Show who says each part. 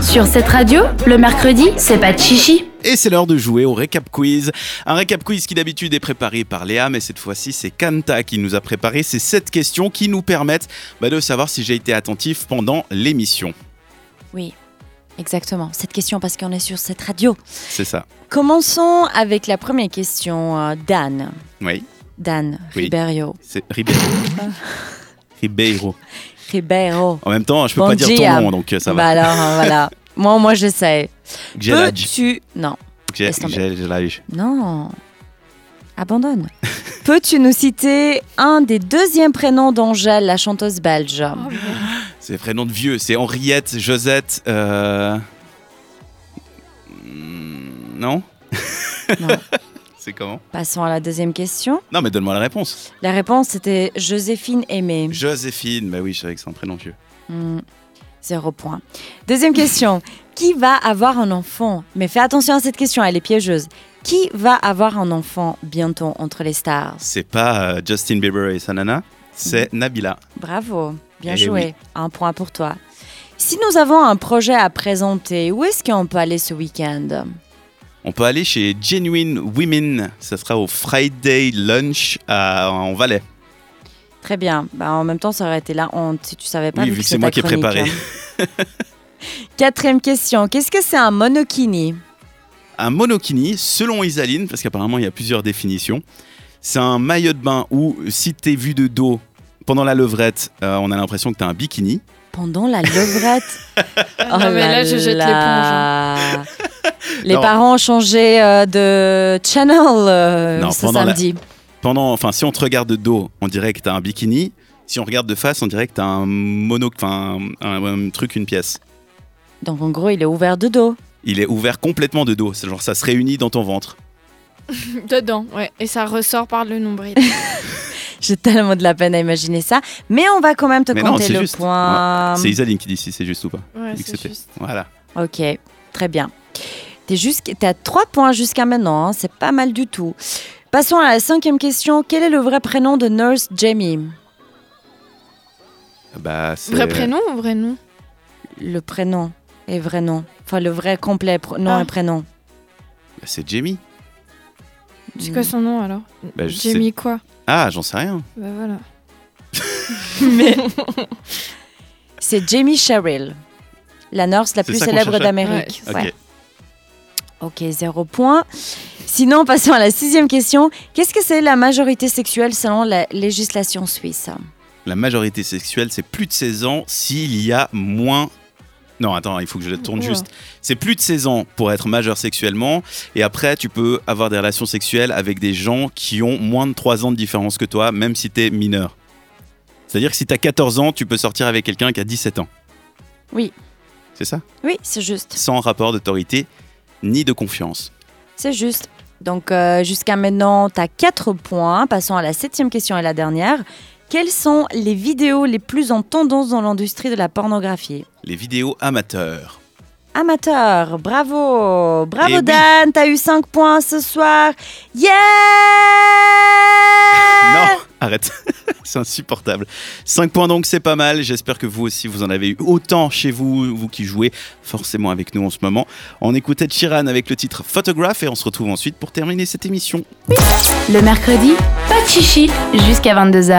Speaker 1: Sur cette radio, le mercredi, c'est pas de chichi.
Speaker 2: Et c'est l'heure de jouer au récap quiz. Un récap quiz qui d'habitude est préparé par Léa, mais cette fois-ci c'est Kanta qui nous a préparé ces 7 questions qui nous permettent bah, de savoir si j'ai été attentif pendant l'émission.
Speaker 3: Oui, exactement. Cette question, parce qu'on est sur cette radio.
Speaker 2: C'est ça.
Speaker 3: Commençons avec la première question, euh, Dan.
Speaker 2: Oui,
Speaker 3: Dan
Speaker 2: Oui.
Speaker 3: Ribeiro.
Speaker 2: c'est Ribeiro. Ribeiro.
Speaker 3: Ribeiro.
Speaker 2: En même temps, je peux
Speaker 3: Bon
Speaker 2: pas dire
Speaker 3: dia.
Speaker 2: ton nom, donc euh, ça
Speaker 3: Bah
Speaker 2: va.
Speaker 3: alors, euh, voilà. Moi, moi, je sais.
Speaker 2: Gelage.
Speaker 3: Peux-tu... Non,
Speaker 2: Gel-
Speaker 3: laisse tomber.
Speaker 2: gel- gelage.
Speaker 3: non. Abandonne. Peux-tu nous citer un des deuxièmes prénoms d'Angèle, la chanteuse belge
Speaker 2: Ah C'est prénom de vieux, c'est Henriette, Josette. euh, hmm, Non
Speaker 3: Non.
Speaker 2: C'est comment
Speaker 3: Passons à la deuxième question.
Speaker 2: Non, mais donne-moi la réponse.
Speaker 3: La réponse c'était Joséphine Aimée.
Speaker 2: Joséphine, bah oui, je savais que c'est un prénom vieux.
Speaker 3: Hmm, Zéro point. Deuxième question. Qui va avoir un enfant Mais fais attention à cette question, elle est piégeuse. Qui va avoir un enfant bientôt entre les stars
Speaker 2: C'est pas euh, Justin Bieber et sa nana,
Speaker 3: Mhm.
Speaker 2: c'est Nabila.
Speaker 3: Bravo, bien
Speaker 2: Eh
Speaker 3: joué. Un point pour toi. Si nous avons un projet à présenter, où est-ce qu'on peut aller ce week-end
Speaker 2: On peut aller chez Genuine Women. Ça sera au Friday Lunch à- en Valais.
Speaker 3: Très bien. Bah, en même temps, ça aurait été la honte si tu savais pas.
Speaker 2: Oui, vu que
Speaker 3: que
Speaker 2: c'est moi
Speaker 3: ta
Speaker 2: qui ai
Speaker 3: chronique,
Speaker 2: préparé.
Speaker 3: hein. Quatrième question. Qu'est-ce que c'est un monokini
Speaker 2: Un monokini, selon Isaline, parce qu'apparemment il y a plusieurs définitions, c'est un maillot de bain où si t'es vu de dos pendant la levrette, euh, on a l'impression que t'as un bikini.
Speaker 3: Pendant la levrette.
Speaker 4: Ah non, mais là, je jette l'éponge. hein.
Speaker 3: l'éponge. Les
Speaker 2: Non.
Speaker 3: parents ont changé euh, de channel euh,
Speaker 2: Non,
Speaker 3: ce
Speaker 2: pendant la-
Speaker 3: samedi.
Speaker 2: Pendant, enfin, si on te regarde de dos, on dirait que t'as un bikini. Si on regarde de face, on dirait que t'as un mono, enfin, un, un- un truc, une pièce.
Speaker 3: Donc en gros, il est ouvert de dos.
Speaker 2: Il est ouvert complètement de dos. C'est genre ça se réunit dans ton ventre.
Speaker 4: Dedans, ouais. Et ça ressort par le nombril.
Speaker 3: J'ai tellement de la peine à imaginer ça. Mais on va quand même te
Speaker 2: Mais non,
Speaker 3: compter
Speaker 2: c'est
Speaker 3: le
Speaker 2: juste.
Speaker 3: point.
Speaker 2: C'est Isaline qui dit si c'est juste ou pas.
Speaker 4: Ouais,
Speaker 2: Vu que
Speaker 4: c'est
Speaker 2: c'était-
Speaker 4: juste.
Speaker 2: Voilà.
Speaker 3: Ok, très bien. T'es jusqu'- T'as trois points jusqu'à maintenant, hein, c'est pas mal du tout. Passons à la cinquième question. Quel est le vrai prénom de Nurse Jamie
Speaker 2: Bah, c'est-
Speaker 4: Vrai prénom ou vrai nom
Speaker 3: Le prénom et vrai nom. Enfin, le vrai complet pr- nom
Speaker 4: Ah.
Speaker 3: et prénom.
Speaker 2: Bah, C'est Jamie.
Speaker 4: C'est
Speaker 3: Hmm.
Speaker 4: quoi son nom alors
Speaker 2: Bah, je
Speaker 4: J'ai
Speaker 2: sais-
Speaker 4: mis quoi
Speaker 2: Ah, j'en sais rien.
Speaker 4: Bah voilà.
Speaker 3: C'est Jamie Sherrill, la nurse la
Speaker 2: C'est
Speaker 3: plus
Speaker 2: ça qu'on
Speaker 3: célèbre
Speaker 2: cherchait
Speaker 3: d'Amérique.
Speaker 2: Ok.
Speaker 3: Ouais. Ok, zéro point. Sinon, passons à la sixième question. Qu'est-ce que c'est la majorité sexuelle selon la législation suisse
Speaker 2: La majorité sexuelle, c'est plus de 16 ans s'il y a moins. Non, attends, il faut que je le tourne
Speaker 4: Oula.
Speaker 2: juste. C'est plus de 16 ans pour être majeur sexuellement. Et après, tu peux avoir des relations sexuelles avec des gens qui ont moins de 3 ans de différence que toi, même si t'es mineur. C'est-à-dire que si t'as 14 ans, tu peux sortir avec quelqu'un qui a 17 ans.
Speaker 3: Oui.
Speaker 2: C'est ça
Speaker 3: Oui, c'est juste.
Speaker 2: Sans rapport d'autorité ni de confiance.
Speaker 3: C'est juste. Donc euh, jusqu'à maintenant, tu as 4 points. Passons à la septième question et la dernière. Quelles sont les vidéos les plus en tendance dans l'industrie de la pornographie
Speaker 2: Les vidéos amateurs.
Speaker 3: Amateur, bravo Bravo
Speaker 2: Eh oui.
Speaker 3: Dan, t'as eu 5 points ce soir Yeah
Speaker 2: Non, arrête. c'est insupportable. 5 points donc, c'est pas mal. J'espère que vous aussi, vous en avez eu autant chez vous, vous qui jouez forcément avec nous en ce moment. On écoutait Chiran avec le titre Photograph et on se retrouve ensuite pour terminer cette émission.
Speaker 1: Le mercredi, pas de chichi, jusqu'à 22h.